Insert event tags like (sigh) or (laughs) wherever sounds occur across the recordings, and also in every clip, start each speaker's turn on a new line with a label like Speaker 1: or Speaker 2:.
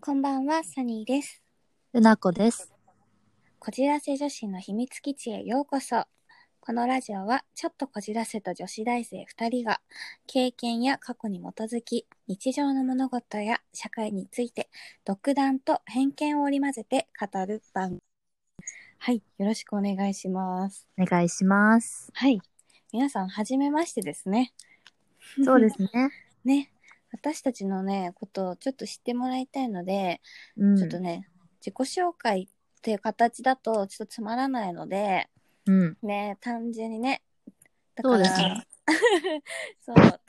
Speaker 1: こんばんは、サニーです。
Speaker 2: うなこです。
Speaker 1: こじらせ女子の秘密基地へようこそ。このラジオは、ちょっとこじらせた女子大生2人が、経験や過去に基づき、日常の物事や社会について、独断と偏見を織り交ぜて語る番組。はい、よろしくお願いします。
Speaker 2: お願いし (laughs) ます。
Speaker 1: はい。皆さん、はじめましてですね。
Speaker 2: そうですね。
Speaker 1: (laughs) ね。私たちのね、ことをちょっと知ってもらいたいので、
Speaker 2: うん。
Speaker 1: ちょっとね、自己紹介っていう形だとちょっとつまらないので、
Speaker 2: うん。
Speaker 1: ね、単純にね、だ
Speaker 2: そうですね
Speaker 1: (laughs) そうた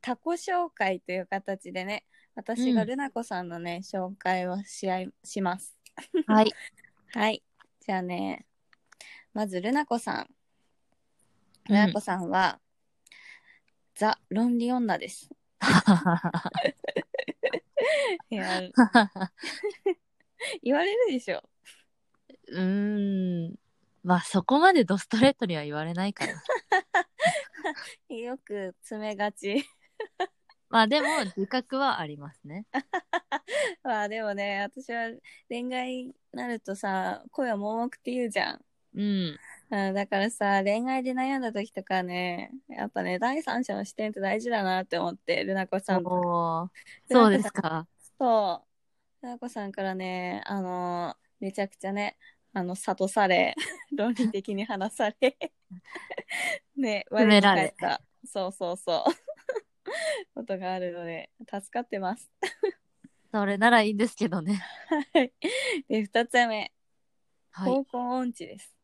Speaker 1: 他己紹介という形でね、私が
Speaker 2: うん
Speaker 1: ルナ子さんのね、紹介をし合いします。
Speaker 2: はい。
Speaker 1: はい。じゃあね、まずルナ子さん。
Speaker 2: うん
Speaker 1: ルナ子さんは、ザ・論理女です。いや、 (laughs) 言われるでしょ。
Speaker 2: (laughs) うーん。まあそこまでドストレートには言われないから。
Speaker 1: よく詰めがち。
Speaker 2: まあでも自覚はありますね。
Speaker 1: まあでもね私は恋愛になるとさ恋は盲目って言うじゃん、
Speaker 2: うん。
Speaker 1: うん、だからさ恋愛で悩んだ時とかねやっぱね第三者の視点って大事だなって思ってるなこさんと
Speaker 2: おーそうですか。
Speaker 1: そうるなこさんからねあのめちゃくちゃねあの諭され (laughs) 論理的に話され (laughs) ね
Speaker 2: 詰められ
Speaker 1: 我に返ったそうそうそう (laughs) ことがあるので助かってます
Speaker 2: それならいいんですけどね。
Speaker 1: はいで2つ目
Speaker 2: はい。
Speaker 1: 方向音痴です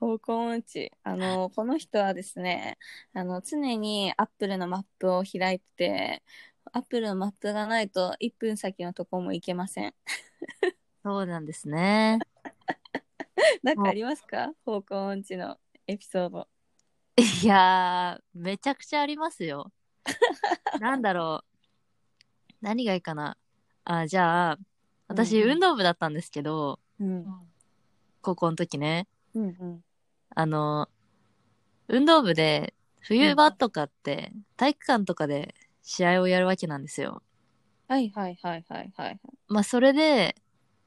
Speaker 1: 方向音痴あのこの人はですねあの常にアップルのマップを開いてアップルのマップがないと1分先のとこも行けません
Speaker 2: (laughs)
Speaker 1: (laughs)
Speaker 2: そうなんですね。
Speaker 1: なんかありますか方向音痴のエピソード
Speaker 2: いやー、めちゃくちゃあります (laughs) よ。なんだろう。何がいいかな。あ、じゃあ、私、
Speaker 1: うんうん
Speaker 2: 運動部だったんですけど、
Speaker 1: うん
Speaker 2: 高校の時ね。
Speaker 1: うんうん
Speaker 2: あの、運動部で、冬場とかって、体育館とかで試合をやるわけなんですよ。
Speaker 1: はいはいはいはいはい
Speaker 2: まあ、それで、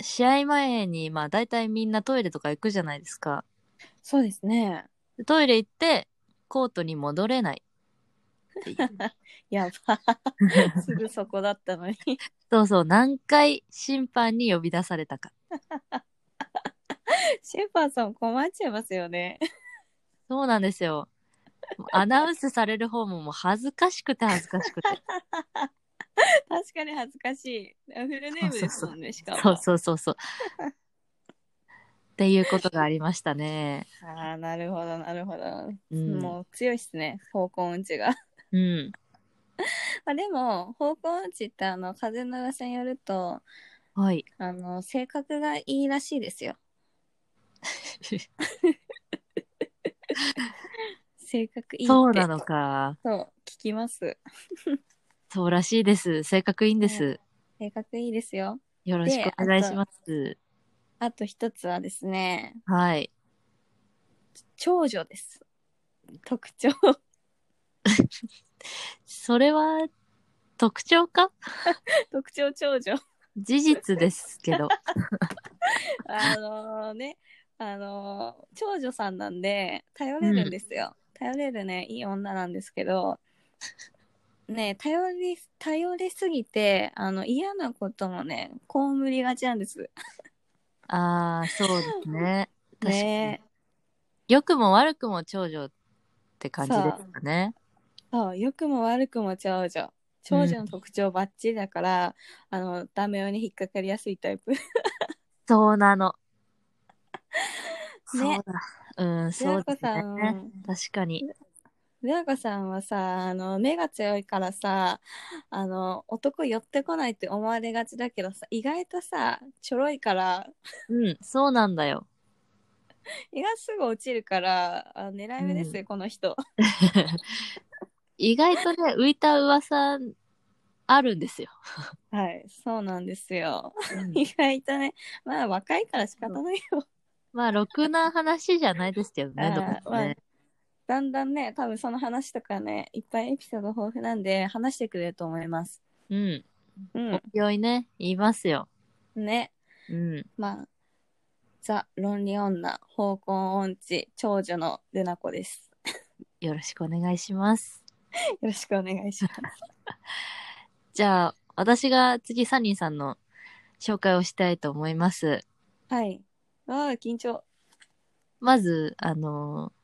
Speaker 2: 試合前に、まあ、大体みんなトイレとか行くじゃないですか。
Speaker 1: そうですね
Speaker 2: トイレ行って、コートに戻れない。っていう
Speaker 1: や (laughs) ばすぐそこだったのに
Speaker 2: そうそう、何回審判に呼び出されたか。
Speaker 1: シェパーさん困っちゃいますよね
Speaker 2: そうなんですよ。アナウンスされる方ももう恥ずかしくて恥ずかしくて。
Speaker 1: 確かに恥ずかしいフルネームですもんねしかも
Speaker 2: そうそうそうそう。っていうことがありましたね。
Speaker 1: ああなるほどなるほど
Speaker 2: うん。
Speaker 1: もう強いっすね方向音痴が (laughs)
Speaker 2: うん。
Speaker 1: あでも方向音痴ってあの風の噂によると (laughs)
Speaker 2: はい。
Speaker 1: あの性格がいいらしいですよ性格いいって
Speaker 2: そうなのか。
Speaker 1: そう聞きます
Speaker 2: そうらしいです。性格いいんです。
Speaker 1: 性格いいですよ
Speaker 2: よろしくお願いします。
Speaker 1: あと一つはですね
Speaker 2: はい。
Speaker 1: 長女です特徴 (laughs)
Speaker 2: それは特徴か
Speaker 1: 特徴長女
Speaker 2: 事実です
Speaker 1: (laughs)
Speaker 2: けど。
Speaker 1: あのねあの長女さんなんで頼れるんですよ、頼れるねいい女なんですけどね頼り頼りすぎてあの嫌なこともねこむりがちなんです
Speaker 2: ああ、そうですね。確かに。
Speaker 1: ね
Speaker 2: 良くも悪くも長女って感じですかね。
Speaker 1: そう良くも悪くも長女長女の特徴ばっちりだから、あのダメ男に引っかかりやすいタイプ
Speaker 2: そうなの。
Speaker 1: ね
Speaker 2: そうだ。うん、
Speaker 1: ル
Speaker 2: そう
Speaker 1: ナ
Speaker 2: で
Speaker 1: コ
Speaker 2: す
Speaker 1: さ
Speaker 2: ね。
Speaker 1: ん
Speaker 2: 確かに。
Speaker 1: ルナコさんはさあの目が強いからさあの男寄ってこないって思われがちだけどさ意外とさちょろいから
Speaker 2: うん、そうなんだよ。
Speaker 1: 意外とすぐ落ちるからあ狙い目ですよ、
Speaker 2: う
Speaker 1: この人
Speaker 2: 意外とね、浮いた噂あるんですよ。
Speaker 1: はいそうなんですよ意外とねまあ若いから仕方ないよ
Speaker 2: (laughs) まあ、ろくな話じゃないですけどね、ど
Speaker 1: あ
Speaker 2: こ
Speaker 1: ー
Speaker 2: もね。
Speaker 1: だんだんね多分その話とかねいっぱいエピソード豊富なんで話してくれると思います
Speaker 2: うん。
Speaker 1: うん。
Speaker 2: 病院ね、言いますよ。
Speaker 1: ね。
Speaker 2: うん。
Speaker 1: まあ、ザ・論理女、方向音痴、長女のルナ子です。
Speaker 2: よろしくお願いします。
Speaker 1: よろしくお願いします。
Speaker 2: じゃあ、私が次、サニーさんの紹介をしたいと思います。
Speaker 1: はい。わあ、緊張。
Speaker 2: まず、あのー、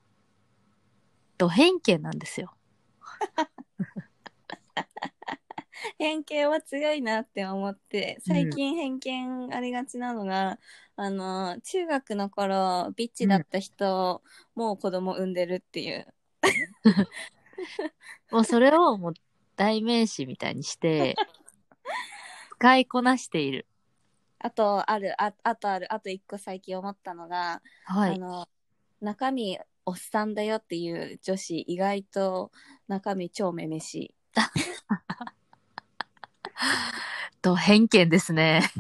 Speaker 2: ド偏見なんですよ。
Speaker 1: 偏見は強いなって思って最近偏見ありがちなのが、あの中学の頃ビッチだった人、もう子供産んでるっていう
Speaker 2: もうそれをもう代名詞みたい
Speaker 1: (laughs)
Speaker 2: にして、使いこなしている。
Speaker 1: あとあるああとあるあと一個最近思ったのが、
Speaker 2: は
Speaker 1: あ
Speaker 2: い。
Speaker 1: の中身おっさんだよっていう女子意外と中身超めめしい
Speaker 2: ド偏見ですね。
Speaker 1: 結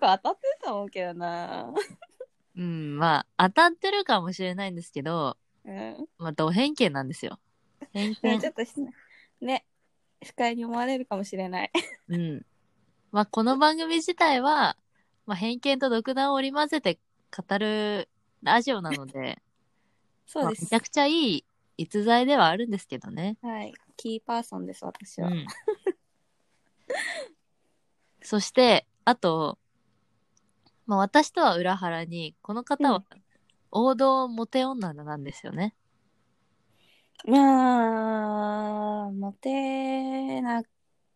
Speaker 1: 構当たってると思うけどな、
Speaker 2: うん、まあ、当たってるかもしれないんですけど、
Speaker 1: うん、
Speaker 2: まあ、ド偏見なんですよ。偏
Speaker 1: ね (laughs)
Speaker 2: 見
Speaker 1: ちょ。っとしね不快に思われるかもしれない
Speaker 2: うん。まあ、この番組自体は、まあ、偏見と独断を織り交ぜて語るラジオなので、
Speaker 1: (laughs) そう
Speaker 2: まあ
Speaker 1: で
Speaker 2: め
Speaker 1: す
Speaker 2: ちゃくちゃいい逸材ではあるんですけどね。
Speaker 1: はいキーパーソンです私
Speaker 2: う
Speaker 1: は、
Speaker 2: ん。 (laughs) そして、あと、まあ、私とは裏腹に、この方は王道モテ女なんですよね。 (laughs)
Speaker 1: まあ、モテな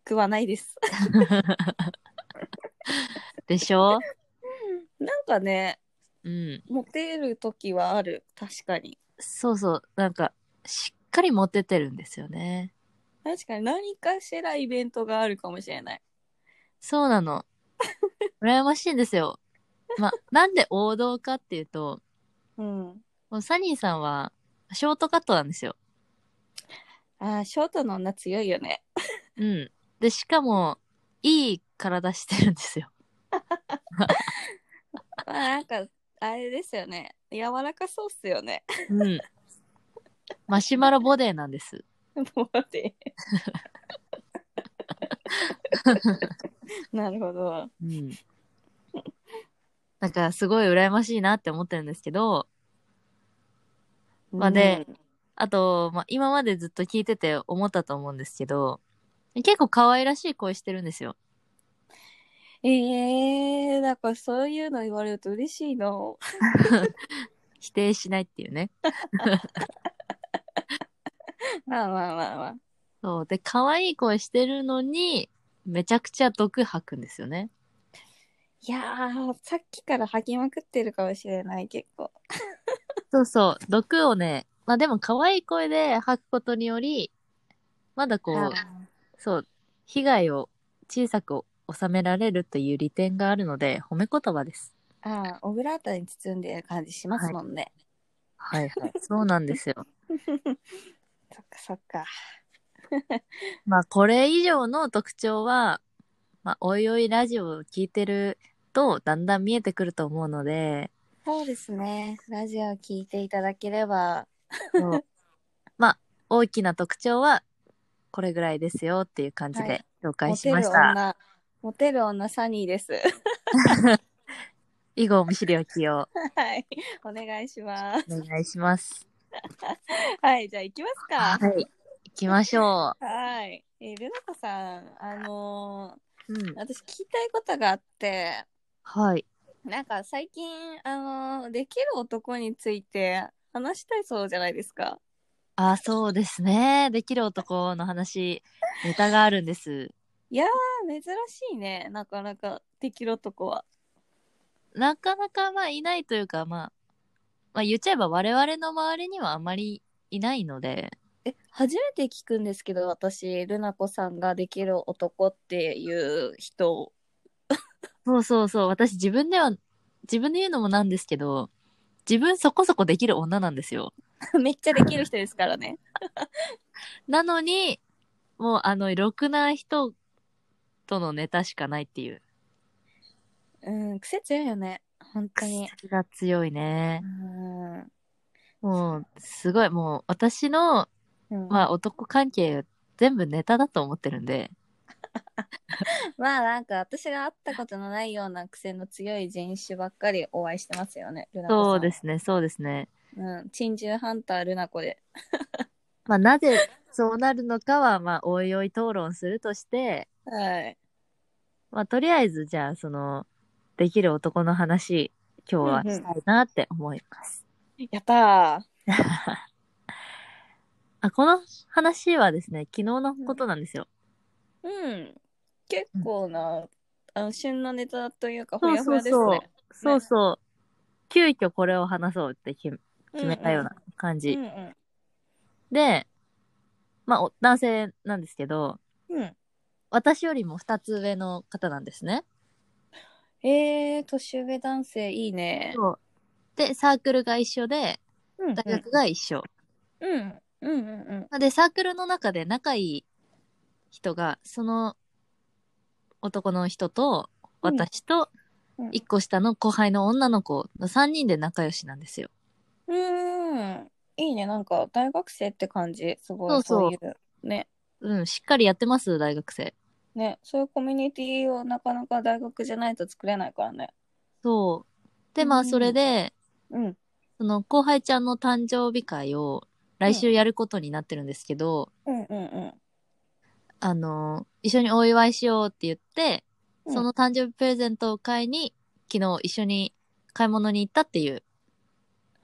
Speaker 1: くはないです。
Speaker 2: でしょ
Speaker 1: なんかね、
Speaker 2: うん。
Speaker 1: モテる時はある、確かに。
Speaker 2: そうそう。なんか、しっかりモテてるんですよね。
Speaker 1: 確かに何かしらイベントがあるかもしれない。
Speaker 2: そうな (laughs) の。羨ましいんですよ。まあ、なんで王道かっていうと、
Speaker 1: うん。
Speaker 2: もうサニーさんはショートカットなんですよ。
Speaker 1: ああ、ショートの女強いよね。
Speaker 2: うん。で、しかも、いい体してるんですよ。
Speaker 1: まあ、なんか、あれですよね。柔らかそうっすよね。 (laughs)
Speaker 2: うん。マシュマロボデーなんです。
Speaker 1: モテ。なるほど。
Speaker 2: うん。なんか、すごい羨ましいなって思ってるんですけど、まあね
Speaker 1: うん、
Speaker 2: あと、まあ、今までずっと聞いてて思ったと思うんですけど、結構可愛らしい声してるんですよ。
Speaker 1: ええー、だからそういうの言われると嬉しいの。 (laughs)
Speaker 2: 否定しないっていうね。
Speaker 1: まあまあまあまあ。
Speaker 2: そう。で、可愛い声してるのに、めちゃくちゃ毒吐くんですよね。
Speaker 1: いやー、さっきから吐きまくってるかもしれない、結構。
Speaker 2: そうそう。毒をね、まあでも可愛い声で吐くことにより、まだこ
Speaker 1: あ
Speaker 2: う、そう、被害を小さく収められるという利点があるので、褒め言葉です。
Speaker 1: ーあー、オブラートに包んでる感じしますもんね。
Speaker 2: はいはい。 (laughs) そうなんですよ。
Speaker 1: そっかそっか。
Speaker 2: まあ、これ以上の特徴は、まあ、おいおいラジオを聞いてると、だんだん見えてくると思うので、
Speaker 1: そうですね。ラジオを聞いていただければ。
Speaker 2: そうまあ、大きな特徴は、これぐらいですよっていう感じ
Speaker 1: は
Speaker 2: で
Speaker 1: い
Speaker 2: 紹
Speaker 1: モ
Speaker 2: 介し
Speaker 1: テ
Speaker 2: ま
Speaker 1: る
Speaker 2: した。
Speaker 1: 女、モテる女サニーです。 (laughs)
Speaker 2: 以後、見知りおきを
Speaker 1: はい。お願いします。
Speaker 2: お願いします。
Speaker 1: (laughs) はい、じゃあ行きますか。
Speaker 2: はい。行きましょ
Speaker 1: はい。えー、ルナコさん、あの
Speaker 2: う。うん
Speaker 1: ー、私聞きたいことがあって、
Speaker 2: はい。
Speaker 1: なんか最近、あのー、できる男について話したいそうじゃないですか。
Speaker 2: あ、そうですね。できる男の話、ネタがあるんです。
Speaker 1: いやー、珍しいね。なかなかできる男は。
Speaker 2: なかなか、まあ、いないというか、まあ、まあ、言っちゃえば我々の周りにはあまりいないので、
Speaker 1: え、初めて聞くんですけど、私、ルナ子さんができる男っていう人を。 (laughs)
Speaker 2: そうそうそう。私自分では、自分で言うのもなんですけど、自分そこそこできる女なんですよ。
Speaker 1: めっちゃできる人ですからね。
Speaker 2: なのに、もうあの、ろくな人とのネタしかないっていう。
Speaker 1: (laughs) うん、癖強いよね。本当に。
Speaker 2: 癖が強いね
Speaker 1: う。ん。
Speaker 2: もう、すごい、もう私の、
Speaker 1: うん、
Speaker 2: まあ男関係全部ネタだと思ってるんで、
Speaker 1: まあなんか私が会ったことのないような癖の強い人種ばっかりお会いしてますよね。ルナ子さん
Speaker 2: そうで。すね、そうですね。
Speaker 1: うん。珍獣ハンタールナ子で。
Speaker 2: まあ、なぜそうなるのかは、まあ、おいおい討論するとして、
Speaker 1: はい。
Speaker 2: まあ、とりあえず、じゃあ、その、できる男の話、今日はしたいなって思います。
Speaker 1: やった
Speaker 2: あ、この話はですね、昨日のことなんですよ。
Speaker 1: ー。うん。結構な、あの旬のネタというか、ほ
Speaker 2: そう
Speaker 1: やほ
Speaker 2: そう
Speaker 1: やです
Speaker 2: そう
Speaker 1: ね。。
Speaker 2: そうそう。急遽これを話そうって決め決めたような感
Speaker 1: うん
Speaker 2: じ。
Speaker 1: うん。
Speaker 2: で、まあ、お男性なんですけど、
Speaker 1: うんうん
Speaker 2: 私よりも2つ上の方なんですね。
Speaker 1: えー、年上男性いいね。
Speaker 2: そうで、サークルが一緒で、
Speaker 1: うんうん
Speaker 2: 大学が一緒。
Speaker 1: うん。うんうんうん。
Speaker 2: で、サークルの中で仲いい人が、その男の人と、
Speaker 1: うん
Speaker 2: 私と、
Speaker 1: うん
Speaker 2: 1個下の後輩の女の子の3人で仲良しなんですよ。
Speaker 1: うーん。いいね。なんか、大学生って感じ。すごい、
Speaker 2: そう
Speaker 1: そ
Speaker 2: そう
Speaker 1: ういう。ね。
Speaker 2: うん、しっかりやってます、大学生。
Speaker 1: ね。そういうコミュニティをなかなか大学じゃないと作れないからね。
Speaker 2: そう。で、ま
Speaker 1: う
Speaker 2: あ、
Speaker 1: ん
Speaker 2: それで、
Speaker 1: うん。
Speaker 2: その後輩ちゃんの誕生日会を来週やることになってるんですけど、
Speaker 1: うんうんうん。
Speaker 2: あの、一緒にお祝いしようって言って、
Speaker 1: うん
Speaker 2: その誕生日プレゼントを買いに、昨日一緒に買い物に行ったっていう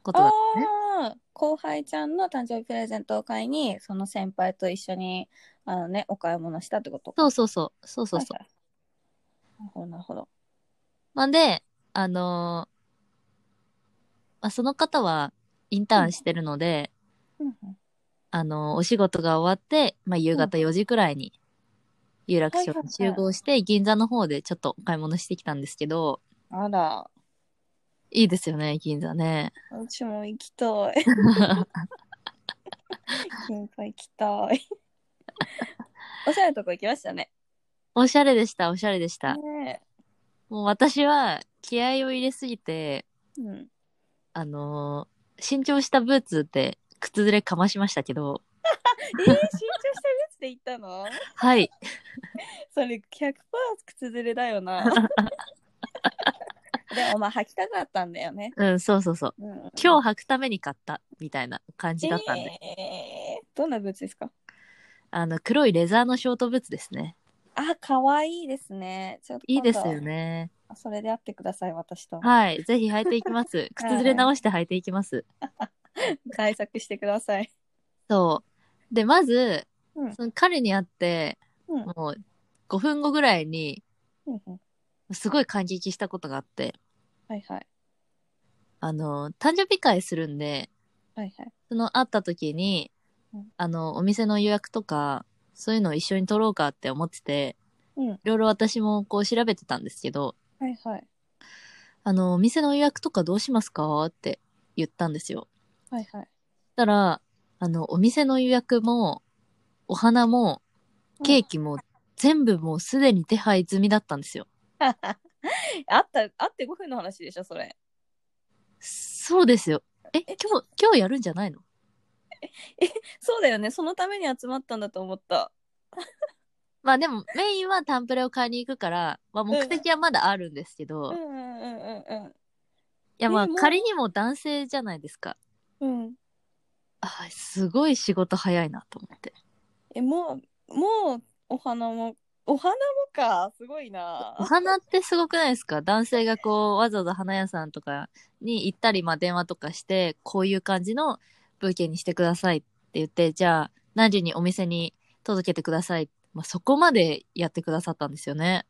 Speaker 2: ことだ
Speaker 1: あ
Speaker 2: ったね。
Speaker 1: あー、後輩ちゃんの誕生日プレゼントを買いに、その先輩と一緒に、あのね、お買い物したってこと
Speaker 2: そうそうそう。そうそうそう。
Speaker 1: はいはいなるほど、なるほど。
Speaker 2: まあで、あのまあ、その方はインターンしてるので、
Speaker 1: うんうん
Speaker 2: あのお仕事が終わって、まあ、夕方4時くらいに、有楽町に集合して、銀座の方でちょっとお買い物してきたんですけど、
Speaker 1: あら、
Speaker 2: いいですよね、銀
Speaker 1: (laughs)
Speaker 2: 座ね。
Speaker 1: 私も行きた
Speaker 2: (laughs)
Speaker 1: い。金庫行きたい。おしゃれなとこ行きましたね。
Speaker 2: おしゃれでした、おしゃれでした。
Speaker 1: ね
Speaker 2: もう私は気合を入れすぎて、
Speaker 1: えうん。
Speaker 2: あのー新調したブーツで靴ずれかましましたけど、
Speaker 1: えー、新調したやつで行ったの
Speaker 2: はい、
Speaker 1: それ100%靴ずれだよ
Speaker 2: (laughs)
Speaker 1: な。でもまあ履きたかったんだよね。
Speaker 2: うん、そうそうそう。
Speaker 1: うんうん、
Speaker 2: 今日履くために買った、みたいな感じだったんで。
Speaker 1: えーどんなブーツですか
Speaker 2: あの、黒いレザーのショートブーツですね。
Speaker 1: あ、可愛いですね。ちょっと
Speaker 2: いい
Speaker 1: 今
Speaker 2: で
Speaker 1: 度
Speaker 2: すよ。ね。
Speaker 1: それで会ってください、私と。
Speaker 2: はい、ぜひ履いてい
Speaker 1: (laughs)
Speaker 2: きます。靴ずれ直して履いていきます。
Speaker 1: 対策してください。
Speaker 2: そう。で、まず、
Speaker 1: うん
Speaker 2: その彼に会って、
Speaker 1: うん
Speaker 2: もう5分後ぐらいに、
Speaker 1: うんうん
Speaker 2: すごい感激したことがあって、
Speaker 1: はいはい。
Speaker 2: あの、誕生日会するんで、
Speaker 1: はいはい。
Speaker 2: その会った時に
Speaker 1: うん、
Speaker 2: あの、お店の予約とか、そういうのを一緒に取ろうかって思ってて、
Speaker 1: うん
Speaker 2: いろいろ私もこう調べてたんですけど、
Speaker 1: はいはい。
Speaker 2: あの、お店の予約とかどうしますかって言ったんですよ。
Speaker 1: はいはい。
Speaker 2: そしたら、あの、お店の予約も、お花も、ケーキも、全部もうすでに手配済みだったんですよ。
Speaker 1: あった、あって5分の話でしょ、それ。
Speaker 2: そうですよ。え、今日、今日やるんじゃないの
Speaker 1: そうだよね、そのために集まったんだと思った。
Speaker 2: まあでも、メインはタンプレを買いに行くから、まあ目的はまだあるんですけど、
Speaker 1: うん
Speaker 2: い
Speaker 1: うんうんうん
Speaker 2: やまあ
Speaker 1: でも
Speaker 2: 仮にも男性じゃないですか。
Speaker 1: うん。うん。
Speaker 2: あすごい仕事早いなと思って。
Speaker 1: え、もう、もう、お花も、お花もか、すごい
Speaker 2: お
Speaker 1: な。
Speaker 2: 花ってすごくないですか男性がこう、わざわざ花屋さんとかに行ったり、まあ電話とかして、こういう感じのブーケにしてくださいって言って、じゃあ何時にお店に届けてください。まあそこまでやってくださったんですよね。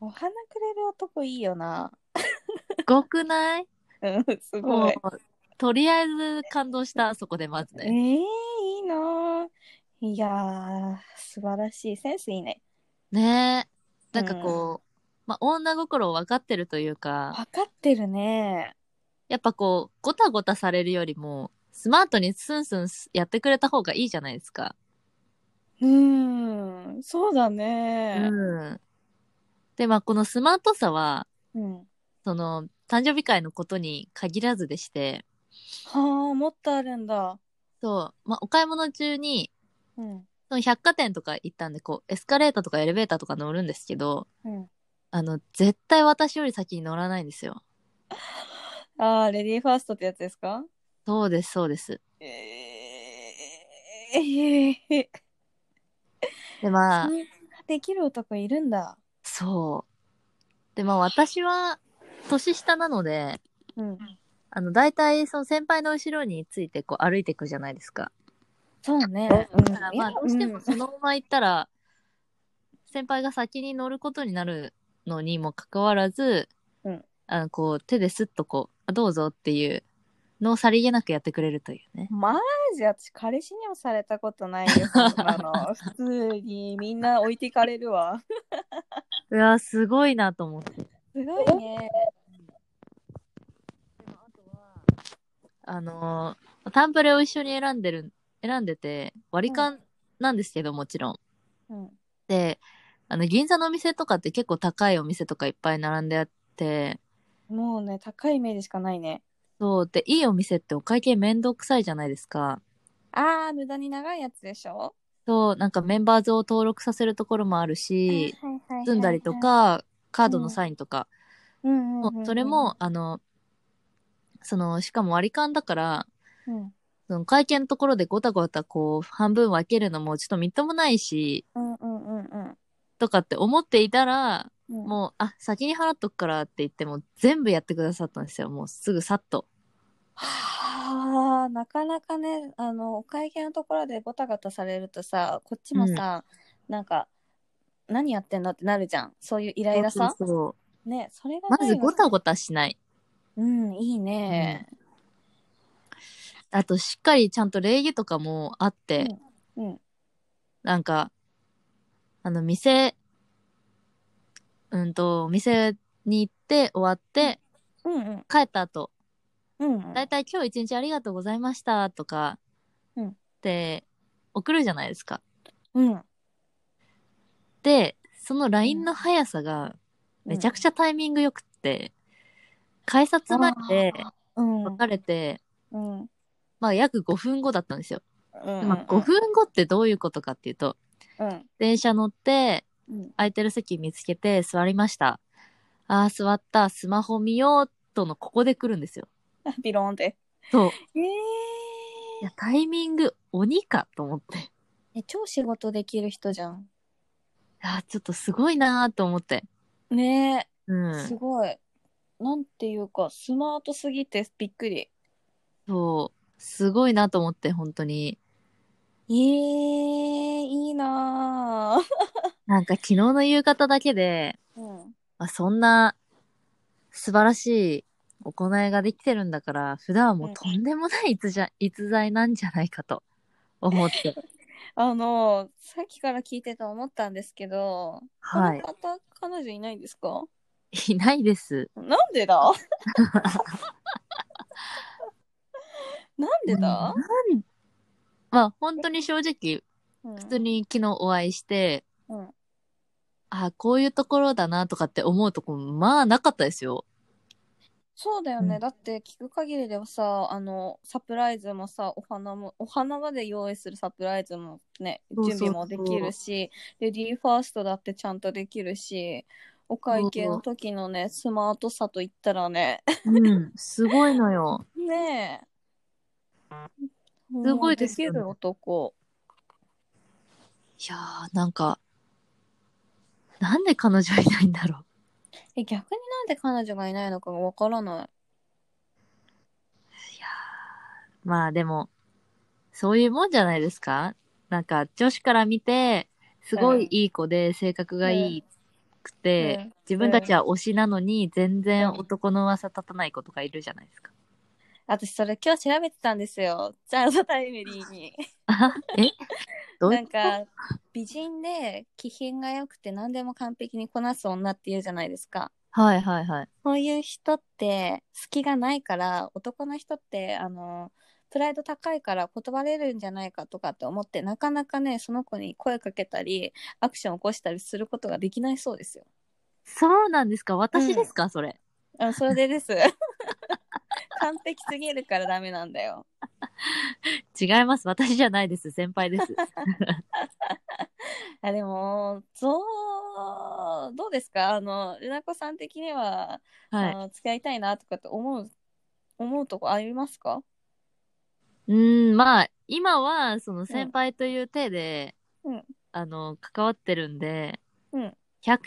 Speaker 1: お花くれる男いいよな。
Speaker 2: すごくない
Speaker 1: うん、すご
Speaker 2: も
Speaker 1: い。
Speaker 2: う、とりあえず感動した、そこでまず
Speaker 1: ええ
Speaker 2: ね。
Speaker 1: いいなぁいやー素晴らしいセンスいいね
Speaker 2: ねえ。なんかこう、まあ女心を分かってるというか、
Speaker 1: 分かってるね
Speaker 2: やっぱこう、ごたごたされるよりも、スマートにスンスンやってくれた方がいいじゃないですか。
Speaker 1: うーんそうだ
Speaker 2: う
Speaker 1: ね
Speaker 2: ん。で、まあこのスマートさは、
Speaker 1: うん、
Speaker 2: その、誕生日会のことに限らずでして、
Speaker 1: はあもっとあるんだ
Speaker 2: そう、まあお買い物中に、
Speaker 1: うん
Speaker 2: その百貨店とか行ったんで、こう、エスカレーターとかエレベーターとか乗るんですけど、
Speaker 1: うん。
Speaker 2: あの、絶対私より先に乗らないんですよ。
Speaker 1: ああ、レディーファーストってやつですか
Speaker 2: そうです、そうです。
Speaker 1: ええ。
Speaker 2: で、ま
Speaker 1: そ
Speaker 2: あ
Speaker 1: ん、なできる男いるんだ。
Speaker 2: そう。で、まあ私は、年下なので、
Speaker 1: うん。
Speaker 2: あの、大体、その先輩の後ろについて、こう、歩いていくじゃないですか。
Speaker 1: そうね。
Speaker 2: だから、まあ、どうしてもそのまま行ったら、先輩が先に乗ることになるのにもかかわらず、
Speaker 1: うん
Speaker 2: あの、こう、手ですっとこう、あどうぞっていうのをさりげなくやってくれるというね。
Speaker 1: マジ私彼氏にはされたことないよ。そんな (laughs) の普通にみんな置いていかれるわ。
Speaker 2: うわー、すごいなと思って。
Speaker 1: すごいね。
Speaker 2: あのータンプレを一緒に選んでる、選んでて、割り勘なんですけど、もちろん。
Speaker 1: うん。
Speaker 2: で、あの、銀座のお店とかって結構高いお店とかいっぱい並んであって、
Speaker 1: もうね、高いイメージしかないね。
Speaker 2: そう、で、いいお店ってお会計めんどくさいじゃないですか。
Speaker 1: あー、無駄に長いやつでしょ
Speaker 2: そう、なんかメンバーズを登録させるところもあるし、
Speaker 1: 住
Speaker 2: 住んだりと、か、カードのサインとか、
Speaker 1: うんうん
Speaker 2: もうそれも、、あの、その、しかも割り勘だから、
Speaker 1: うん
Speaker 2: その会計のところでごたごたこう、半分分けるのもちょっとみっともないし、
Speaker 1: うんうんうんうん
Speaker 2: とかって思っていたら、
Speaker 1: うん。う、
Speaker 2: もう、あ、先に払っとくからって言って、もう全部やってくださったんですよ。もうすぐさっと。
Speaker 1: はあ、なかなかね、あの、お会計のところでごたごたされるとさ、こっちもさ、なんか、何やってんのってなるじゃん。そういうイライラさ。
Speaker 2: そうそう
Speaker 1: ね、それが
Speaker 2: まずごた
Speaker 1: ご
Speaker 2: ごたしない。
Speaker 1: うん、いいね。
Speaker 2: あと、しっかりちゃんと礼儀とかもあって、
Speaker 1: うん。
Speaker 2: なんか、あの、店、うんと、お店に行って終わって、
Speaker 1: うんうん。
Speaker 2: 帰った後、
Speaker 1: うんうん。
Speaker 2: だいたい今日一日ありがとうございましたとか、
Speaker 1: うん
Speaker 2: って送るじゃないですか。
Speaker 1: うん。
Speaker 2: で、その LINE の速さがめちゃくちゃタイミングよくって、改札前で
Speaker 1: うん。
Speaker 2: 別れて、
Speaker 1: うん。うん。
Speaker 2: まあ約5分後だったんですよ。
Speaker 1: うん。
Speaker 2: まあ5分後ってどういうことかっていうと、
Speaker 1: うん。
Speaker 2: 電車乗って、
Speaker 1: うん。 (laughs)
Speaker 2: 空いてる席見つけて座りました。ああ、座った、スマホ見ようとのここで来るんですよ。
Speaker 1: あビローンって。
Speaker 2: (laughs) そう。
Speaker 1: え
Speaker 2: いや、タイミング鬼かと思って。
Speaker 1: え。超仕事できる人じゃん。
Speaker 2: ああ、ちょっとすごいなーと思って。
Speaker 1: ね
Speaker 2: う
Speaker 1: え、
Speaker 2: ん。
Speaker 1: すごい。なんていうか、スマートすぎてびっくり。
Speaker 2: そう。すごいなと思って、本当に。
Speaker 1: ええいいなぁ。
Speaker 2: なんか昨日の夕方だけで、
Speaker 1: うん。
Speaker 2: まあ、そんな素晴らしい行いができてるんだから、普段はもうとんでもない逸材逸材なんじゃないかと思 (laughs) って。
Speaker 1: あの、さっきから聞いてて思ったんですけど、
Speaker 2: はい。
Speaker 1: この方、彼女いないんですか
Speaker 2: いないです。
Speaker 1: なんで (laughs) だなんでだ、
Speaker 2: なんまあ本当に正直、
Speaker 1: うん、
Speaker 2: 普通に昨日お会いして、
Speaker 1: うん。
Speaker 2: あこういうところだなとかって思うとこ、まあなかったですよ。
Speaker 1: そうだよね、
Speaker 2: うん
Speaker 1: だって聞く限りではさあのサプライズもさお花もお花まで用意するサプライズもね
Speaker 2: そうそう
Speaker 1: 準備もできるしレディーファーストだってちゃんとできるしお会計の時のねスマートさといったらね (laughs)
Speaker 2: うん、すごいのよ。
Speaker 1: ねえ
Speaker 2: すごいですよね
Speaker 1: もうできる男
Speaker 2: いやー、なんか、なんで彼女いないんだろう。
Speaker 1: え逆になんで彼女がいないのかがわからない
Speaker 2: いやーまあでも、そういうもんじゃないですかなんか、女子から見て、すごいいい子で、性格がいいくて、
Speaker 1: うん
Speaker 2: 自分たちは推しなのに、全然男の噂立たない子とかいるじゃないですか。
Speaker 1: 私それ今日調べてたんですよチャールド・タイメリーに。
Speaker 2: あ (laughs) えどうい
Speaker 1: な
Speaker 2: うんこと
Speaker 1: か美人で気品が良くて何でも完璧にこなす女って言うじゃないですか
Speaker 2: はいはいはい。
Speaker 1: そういう人って隙がないから男の人ってあのプライド高いから断れるんじゃないかとかって思ってなかなかねその子に声かけたりアクション起こしたりすることができないそうですよ
Speaker 2: そうなんですか私ですか、それ。
Speaker 1: (laughs) あそれでです完璧すぎるからダメなんだよ
Speaker 2: 違います。私じゃないです。先
Speaker 1: (laughs)
Speaker 2: 輩です。
Speaker 1: あでもそうどうですかあのうなこさん的には、
Speaker 2: はい
Speaker 1: あ。の付き合いたいなとかって思う思うとこありますか
Speaker 2: うーん、まあ、今は、その先輩という手で、
Speaker 1: うん
Speaker 2: あの、関わってるんで、
Speaker 1: うん
Speaker 2: 100%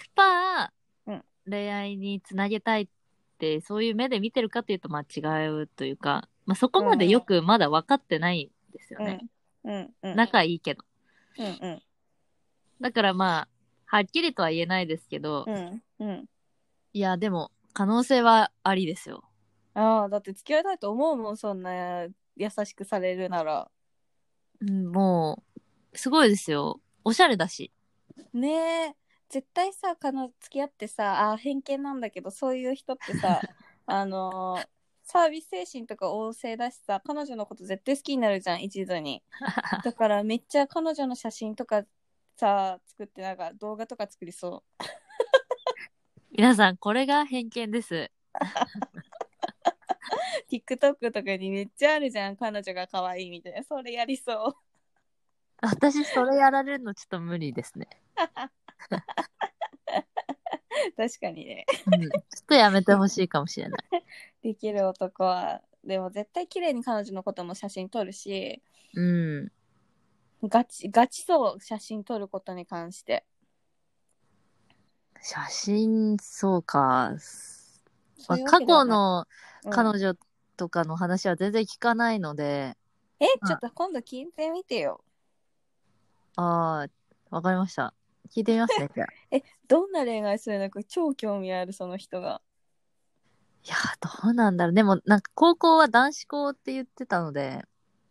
Speaker 1: うん
Speaker 2: 恋愛につなげたいって、そういう目で見てるかっていうと、まあ違うというか、まあそこまでよくまだ分かってないんですよね。
Speaker 1: うんうんうん
Speaker 2: 仲いいけど。
Speaker 1: うんうん
Speaker 2: だからまあ、はっきりとは言えないですけど、
Speaker 1: うんうん
Speaker 2: いや、でも、可能性はありですよ。
Speaker 1: ああだって付き合いたいと思うもんそんな優しくされるなら
Speaker 2: うん、もう、すごいですよ。おしゃれだし。 (laughs)
Speaker 1: ねえ絶対さ彼女付き合ってさあー偏見なんだけどそういう人って
Speaker 2: (laughs)
Speaker 1: さあのーサービス精神とか旺盛だしさ彼女のこと絶対好きになるじゃん一途にだからめっちゃ彼女の写真とかさ作ってなんか動画とか作りそ
Speaker 2: 皆さん、これが偏見です。
Speaker 1: う TikTok とかにめっちゃあるじゃん彼女が可愛いみたいなそれやりそう (laughs)
Speaker 2: 私それやられるのちょっと無理ですね。
Speaker 1: 確かにね
Speaker 2: うん、ちょっとやめてほしいかもしれない。
Speaker 1: できる男はでも絶対綺麗に彼女のことも写真撮るし
Speaker 2: うん。
Speaker 1: ガチガチそう写真撮ることに関して
Speaker 2: 写真、そうか。
Speaker 1: そういうわ
Speaker 2: 過
Speaker 1: けではな
Speaker 2: 去
Speaker 1: い
Speaker 2: の
Speaker 1: うん
Speaker 2: 彼女とかの話は全然聞かないので、
Speaker 1: え
Speaker 2: うん
Speaker 1: ちょっと今度聞いてみてよ
Speaker 2: ああ、わかりました。聞いてみますね、 (laughs) じゃあ。
Speaker 1: どんな恋愛するのか超興味あるその人が
Speaker 2: いやー、どうなんだろう。でも、なんか高校は男子校って言ってたので、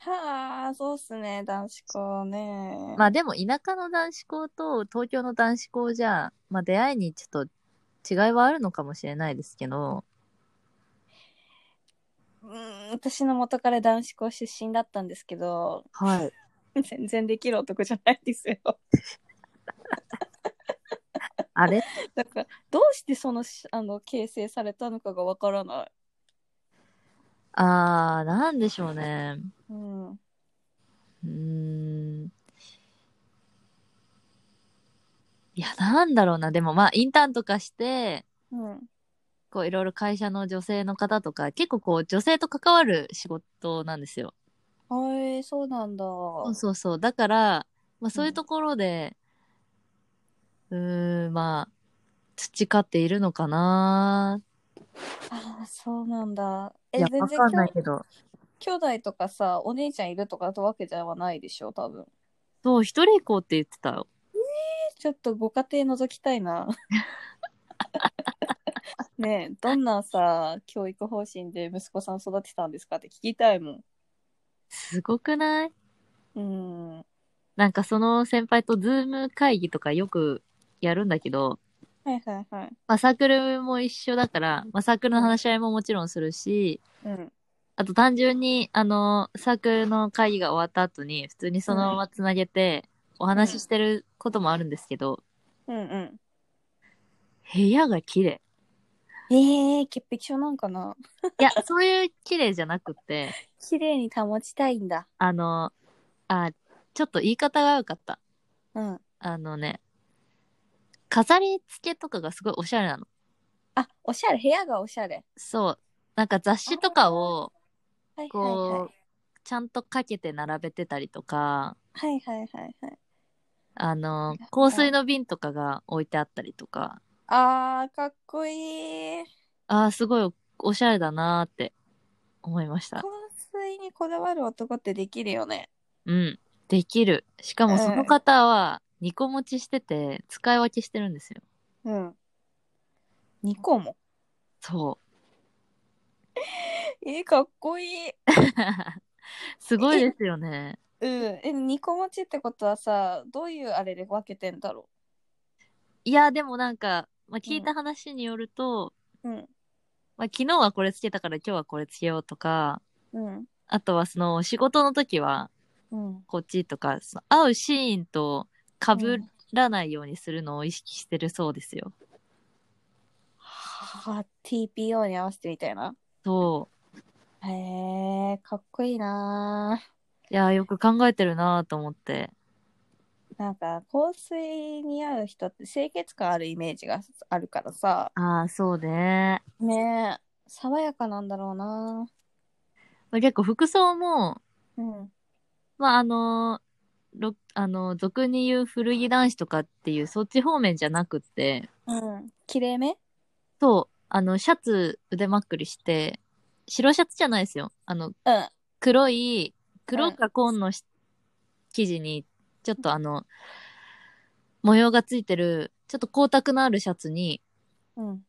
Speaker 1: はあそうっすね男子校ね
Speaker 2: まあでも田舎の男子校と東京の男子校じゃ、まあ出会いにちょっと違いはあるのかもしれないですけど、
Speaker 1: うーん私の元から男子校出身だったんですけど
Speaker 2: はい。
Speaker 1: 全然できる男じゃないですよ
Speaker 2: あれ
Speaker 1: だからどうしてそのしあの形成されたのかがわからない
Speaker 2: あー、なんでしょうね。
Speaker 1: うん
Speaker 2: うーん。いや、なんだろうな。でもまあ、インターンとかして、
Speaker 1: うん
Speaker 2: こう、いろいろ会社の女性の方とか、結構こう、女性と関わる仕事なんですよ。
Speaker 1: はい、そうなんだ。
Speaker 2: そうそうそう。だから、まあ、そういうところで、うーん、まあ、培っているのかな。
Speaker 1: ああ、そうなんだ。え、
Speaker 2: いや、
Speaker 1: 全
Speaker 2: わ
Speaker 1: 然
Speaker 2: かんないけど。
Speaker 1: 兄弟とかさ、お姉ちゃんいるとかってわけじゃないでしょ、多分。
Speaker 2: そう、一人行こうって言ってたよ。
Speaker 1: ちょっとご家庭覗きたいな。 (laughs) ねえ、どんなさ、教育方針で息子さん育てたんですかって聞きたいも
Speaker 2: すごくない
Speaker 1: ん。うん。
Speaker 2: なんかその先輩とズーム会議とかよくやるんだけど、
Speaker 1: はいはいはい。
Speaker 2: まあ、サークルも一緒だから、まあ、サークルの話し合いももちろんするし、
Speaker 1: うん。
Speaker 2: あと単純に、あの、サークルの会議が終わった後に、普通にそのままつなげて、お話ししてることもあるんですけど、
Speaker 1: うんうん。
Speaker 2: 部屋が綺麗。
Speaker 1: ええー、潔癖症なんかない
Speaker 2: や、そういう綺麗じゃなくて、
Speaker 1: 綺麗に保ちたいんだ。
Speaker 2: あの、あ、ちょっと言い方が悪かった。
Speaker 1: うん。
Speaker 2: あのね、飾り付けとかがすごいおしゃれなの。
Speaker 1: あ、おしゃれ、部屋がおしゃれ。
Speaker 2: そう。なんか雑誌とかを、
Speaker 1: はいはい
Speaker 2: こう、
Speaker 1: はい。
Speaker 2: ちゃんとかけて並べてたりとか、
Speaker 1: はいはいはいはい。
Speaker 2: あの、香水の瓶とかが置いてあったりとか、
Speaker 1: あー、かっこいい。
Speaker 2: ああ、すごいおしゃれだなーって思いました
Speaker 1: 香。水にこだわる男ってできるよね。
Speaker 2: うん。できる。しかもその方は2個持ちしてて、使い分けしてるんですよ。
Speaker 1: うん。2個も。
Speaker 2: そ
Speaker 1: えー、かっこいい。
Speaker 2: う。 (laughs) すごいですよね。
Speaker 1: うん。え、2個持ちってことはさ、どういうあれで分けてんだろ
Speaker 2: いや、でもなんか、まあ、聞いた話によると、
Speaker 1: う。うん。
Speaker 2: まあ、昨日はこれつけたから今日はこれつけようとか、
Speaker 1: うん。
Speaker 2: あとはその仕事の時は、
Speaker 1: うん。
Speaker 2: こっちとか、その会うシーンと
Speaker 1: う
Speaker 2: 被
Speaker 1: ん
Speaker 2: らないようにするのを意識してるそうですよ。
Speaker 1: はあ、TPO に合わせてみたいな。
Speaker 2: そ
Speaker 1: へえ、かっこいいなぁ
Speaker 2: いやーよく考えてるなーと思って
Speaker 1: なんか香水似合う人って清潔感あるイメージがあるからさ
Speaker 2: ああそうね、
Speaker 1: ねえ爽やかなんだろうな
Speaker 2: まあ、結構服装も
Speaker 1: ぁうん
Speaker 2: まああのーろあのー俗に言う古着男子とかっていうそっち方面じゃなくって
Speaker 1: うんきれいめ
Speaker 2: そうあのシャツ腕まくりして白シャツじゃないですよあの
Speaker 1: うん
Speaker 2: 黒い黒か紺のし生地にちょっとあの模様がついてるちょっと光沢のあるシャツに
Speaker 1: うん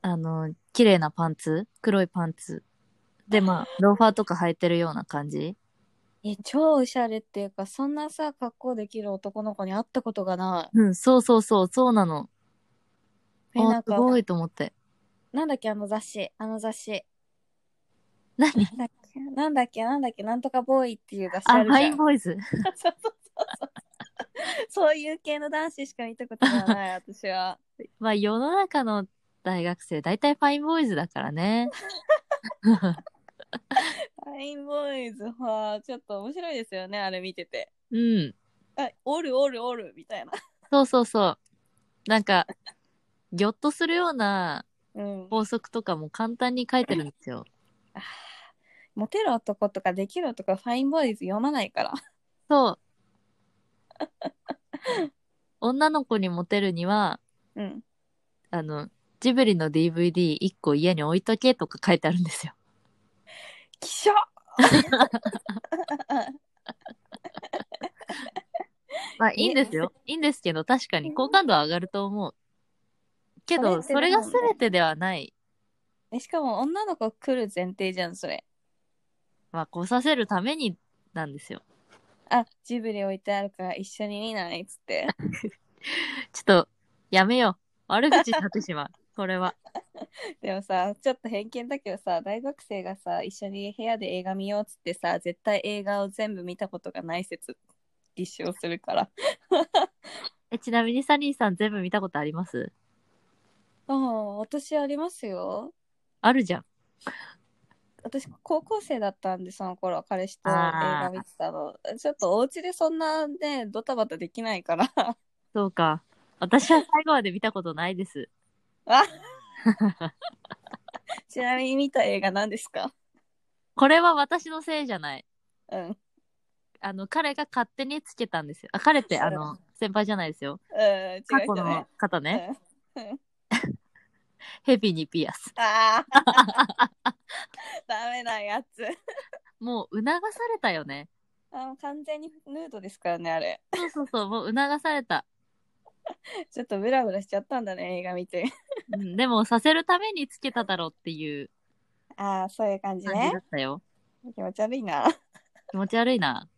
Speaker 2: あの綺麗なパンツ黒いパンツでまあローファーとか履いてるような感じ
Speaker 1: え超おしゃれっていうかそんなさ格好できる男の子に会ったことがな
Speaker 2: うんそうそうそうそうなの
Speaker 1: いえな
Speaker 2: あ
Speaker 1: ん
Speaker 2: す
Speaker 1: か
Speaker 2: ごいと思って
Speaker 1: なんだっけあの雑誌あの雑誌
Speaker 2: 何
Speaker 1: なんだっけなんだっけなんだっけなんとかボーイっていう雑誌
Speaker 2: あ
Speaker 1: あ
Speaker 2: フ
Speaker 1: るじ
Speaker 2: ァ
Speaker 1: ゃ
Speaker 2: イン
Speaker 1: ん
Speaker 2: ボーイズ
Speaker 1: そうそうそうそうそういう系の男子しか見たことがない私 (laughs) は
Speaker 2: まあ世の中の大学生大体ファインボーイズだか
Speaker 1: (laughs)
Speaker 2: らね
Speaker 1: ファインボーイズはちょっと面白いですよねあれ見てて
Speaker 2: うん
Speaker 1: あおるおるおるみたいな
Speaker 2: そうそうそうなんかぎょっとするような
Speaker 1: うん
Speaker 2: 法則とかも簡単に書いてるんですよ。
Speaker 1: モテる男とかできる男ファインボーイズ読まないから
Speaker 2: (laughs) そう。女の子にモテるには、
Speaker 1: うん
Speaker 2: あの、ジブリの DVD1 個家に置いとけとか書いてあるんですよ。
Speaker 1: きしょ
Speaker 2: まあ (laughs) いいんですよ。いいんですけど、確かに好感度は上がると思う。けど、そ
Speaker 1: それ
Speaker 2: れ
Speaker 1: って
Speaker 2: が
Speaker 1: 何なの
Speaker 2: 全てではない。
Speaker 1: えしかも女の子来る前提じゃんそれ
Speaker 2: まあ、こうさせるためになんですよ。
Speaker 1: あジブリ置いてあるから一緒に見ないっつ (laughs) って
Speaker 2: ちょっと、やめよう。悪口になってしまう。これは。
Speaker 1: でもさちょっと偏見だけどさ大学生がさ一緒に部屋で映画見ようっつってさ絶対映画を全部見たことがない説立証するから
Speaker 2: え、ちなみにサニーさん全部見たことあります
Speaker 1: ああ私ありますよ
Speaker 2: あるじゃん。
Speaker 1: 私高校生だったんでその頃彼氏と映
Speaker 2: あー
Speaker 1: 画見てたのちょっとお家でそんなねドタバタできない
Speaker 2: (laughs)
Speaker 1: から
Speaker 2: そうか。私は最後まで見たことないです。
Speaker 1: あちなみに見た映画何ですか
Speaker 2: これは私のせいじゃない。
Speaker 1: うんうん
Speaker 2: あの、彼が勝手につけたんですよ。あ、彼って、あの、先輩じゃないですよ。
Speaker 1: 違う
Speaker 2: 過去
Speaker 1: 人ね
Speaker 2: の方
Speaker 1: う
Speaker 2: ね。
Speaker 1: ん
Speaker 2: ヘビにピアス。
Speaker 1: ああ (laughs) ダメなやつ
Speaker 2: もう促されたよね。
Speaker 1: あの完全にヌードですからねあれ
Speaker 2: そうそうそう、もう促された。
Speaker 1: ちょっとブラブラしちゃったんだね映画見て
Speaker 2: うん、でも、させるためにつけただろうっていう
Speaker 1: ああそういう感じ
Speaker 2: 感じ
Speaker 1: ね
Speaker 2: だったよ。
Speaker 1: 気持ち悪いな
Speaker 2: 気持ち悪いな。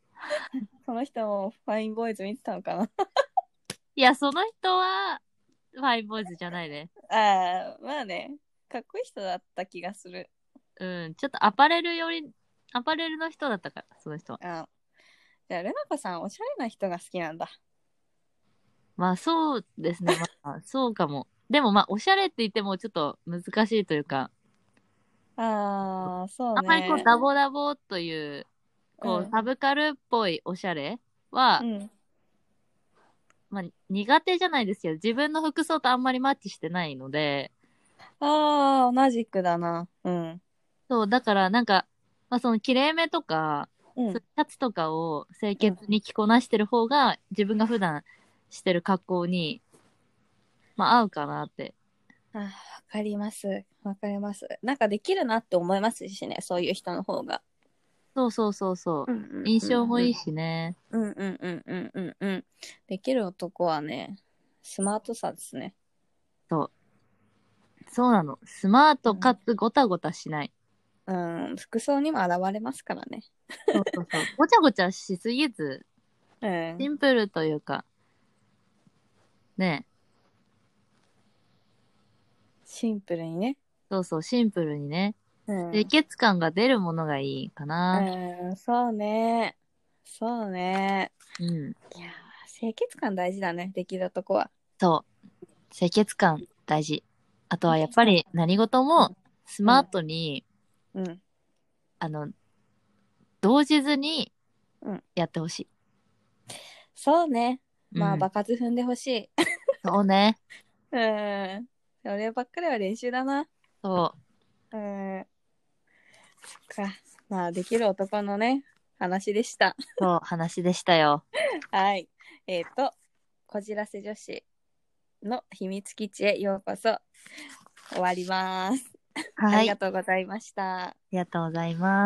Speaker 1: この人もファインボーイズ見てたのかない
Speaker 2: や、その人は、ファインボーイズじゃないね。
Speaker 1: ああまあねかっこいい人だった気がする
Speaker 2: うん、ちょっとアパレルより、アパレルの人だったから、その人は。
Speaker 1: あじゃあルナ子さんおしゃれな人が好きなんだ
Speaker 2: まあそうで
Speaker 1: (laughs)
Speaker 2: すね。まあそうかも。でもまあおしゃれって言ってもちょっと難しいというか、
Speaker 1: あーそうね
Speaker 2: あんまりこうダボダボという、
Speaker 1: う
Speaker 2: こうんサブカルっぽいおしゃれは、
Speaker 1: うん
Speaker 2: まあ苦手じゃないですけど、自分の服装とあんまりマッチしてないので、
Speaker 1: あー同じくだなうん
Speaker 2: そう、だからなんか、まあその綺麗めとか、
Speaker 1: う
Speaker 2: そ
Speaker 1: ん
Speaker 2: ういうシャツとかを清潔に着こなしてる方が、自分が普段してる格好に、まあ合うかなって。
Speaker 1: あーわかりますわかりますなんかできるなって思いますしねそういう人の方が
Speaker 2: そうそうそうそう。印
Speaker 1: 印
Speaker 2: 象もいいしね。
Speaker 1: うんうんうんうんうんうんできる男はねスマートさですね
Speaker 2: そうなの。スマートかつごたごたしない。
Speaker 1: うん服装にも現れますからね
Speaker 2: そうそう
Speaker 1: (laughs)
Speaker 2: そう。ごちゃごちゃしすぎず、
Speaker 1: うん
Speaker 2: シンプルというか、ねえ
Speaker 1: シンプルにね
Speaker 2: そうそう、シンプルにね、
Speaker 1: うん
Speaker 2: 清潔感が出るものがいいかな。
Speaker 1: うんそうねそうね
Speaker 2: うん。
Speaker 1: いやー清潔感大事だねできるとこは
Speaker 2: そう。清潔感大事。あとはやっぱり何事もスマートに
Speaker 1: うん
Speaker 2: あの、動じずに
Speaker 1: うん
Speaker 2: やってほしい。
Speaker 1: そうね。まあ、
Speaker 2: うん
Speaker 1: 場数踏んでほしい。
Speaker 2: そうね。
Speaker 1: うん。そればっかりは練習だな。
Speaker 2: そ
Speaker 1: うん。そっか。まあ、できる男のね、話でした。
Speaker 2: う、そう、話でしたよ。
Speaker 1: はい。えっ、と、こじらせ女子の秘密基地へようこそ。終わります。
Speaker 2: は
Speaker 1: (laughs)
Speaker 2: い。
Speaker 1: ありが
Speaker 2: あ
Speaker 1: とうございました。
Speaker 2: りがとうございます。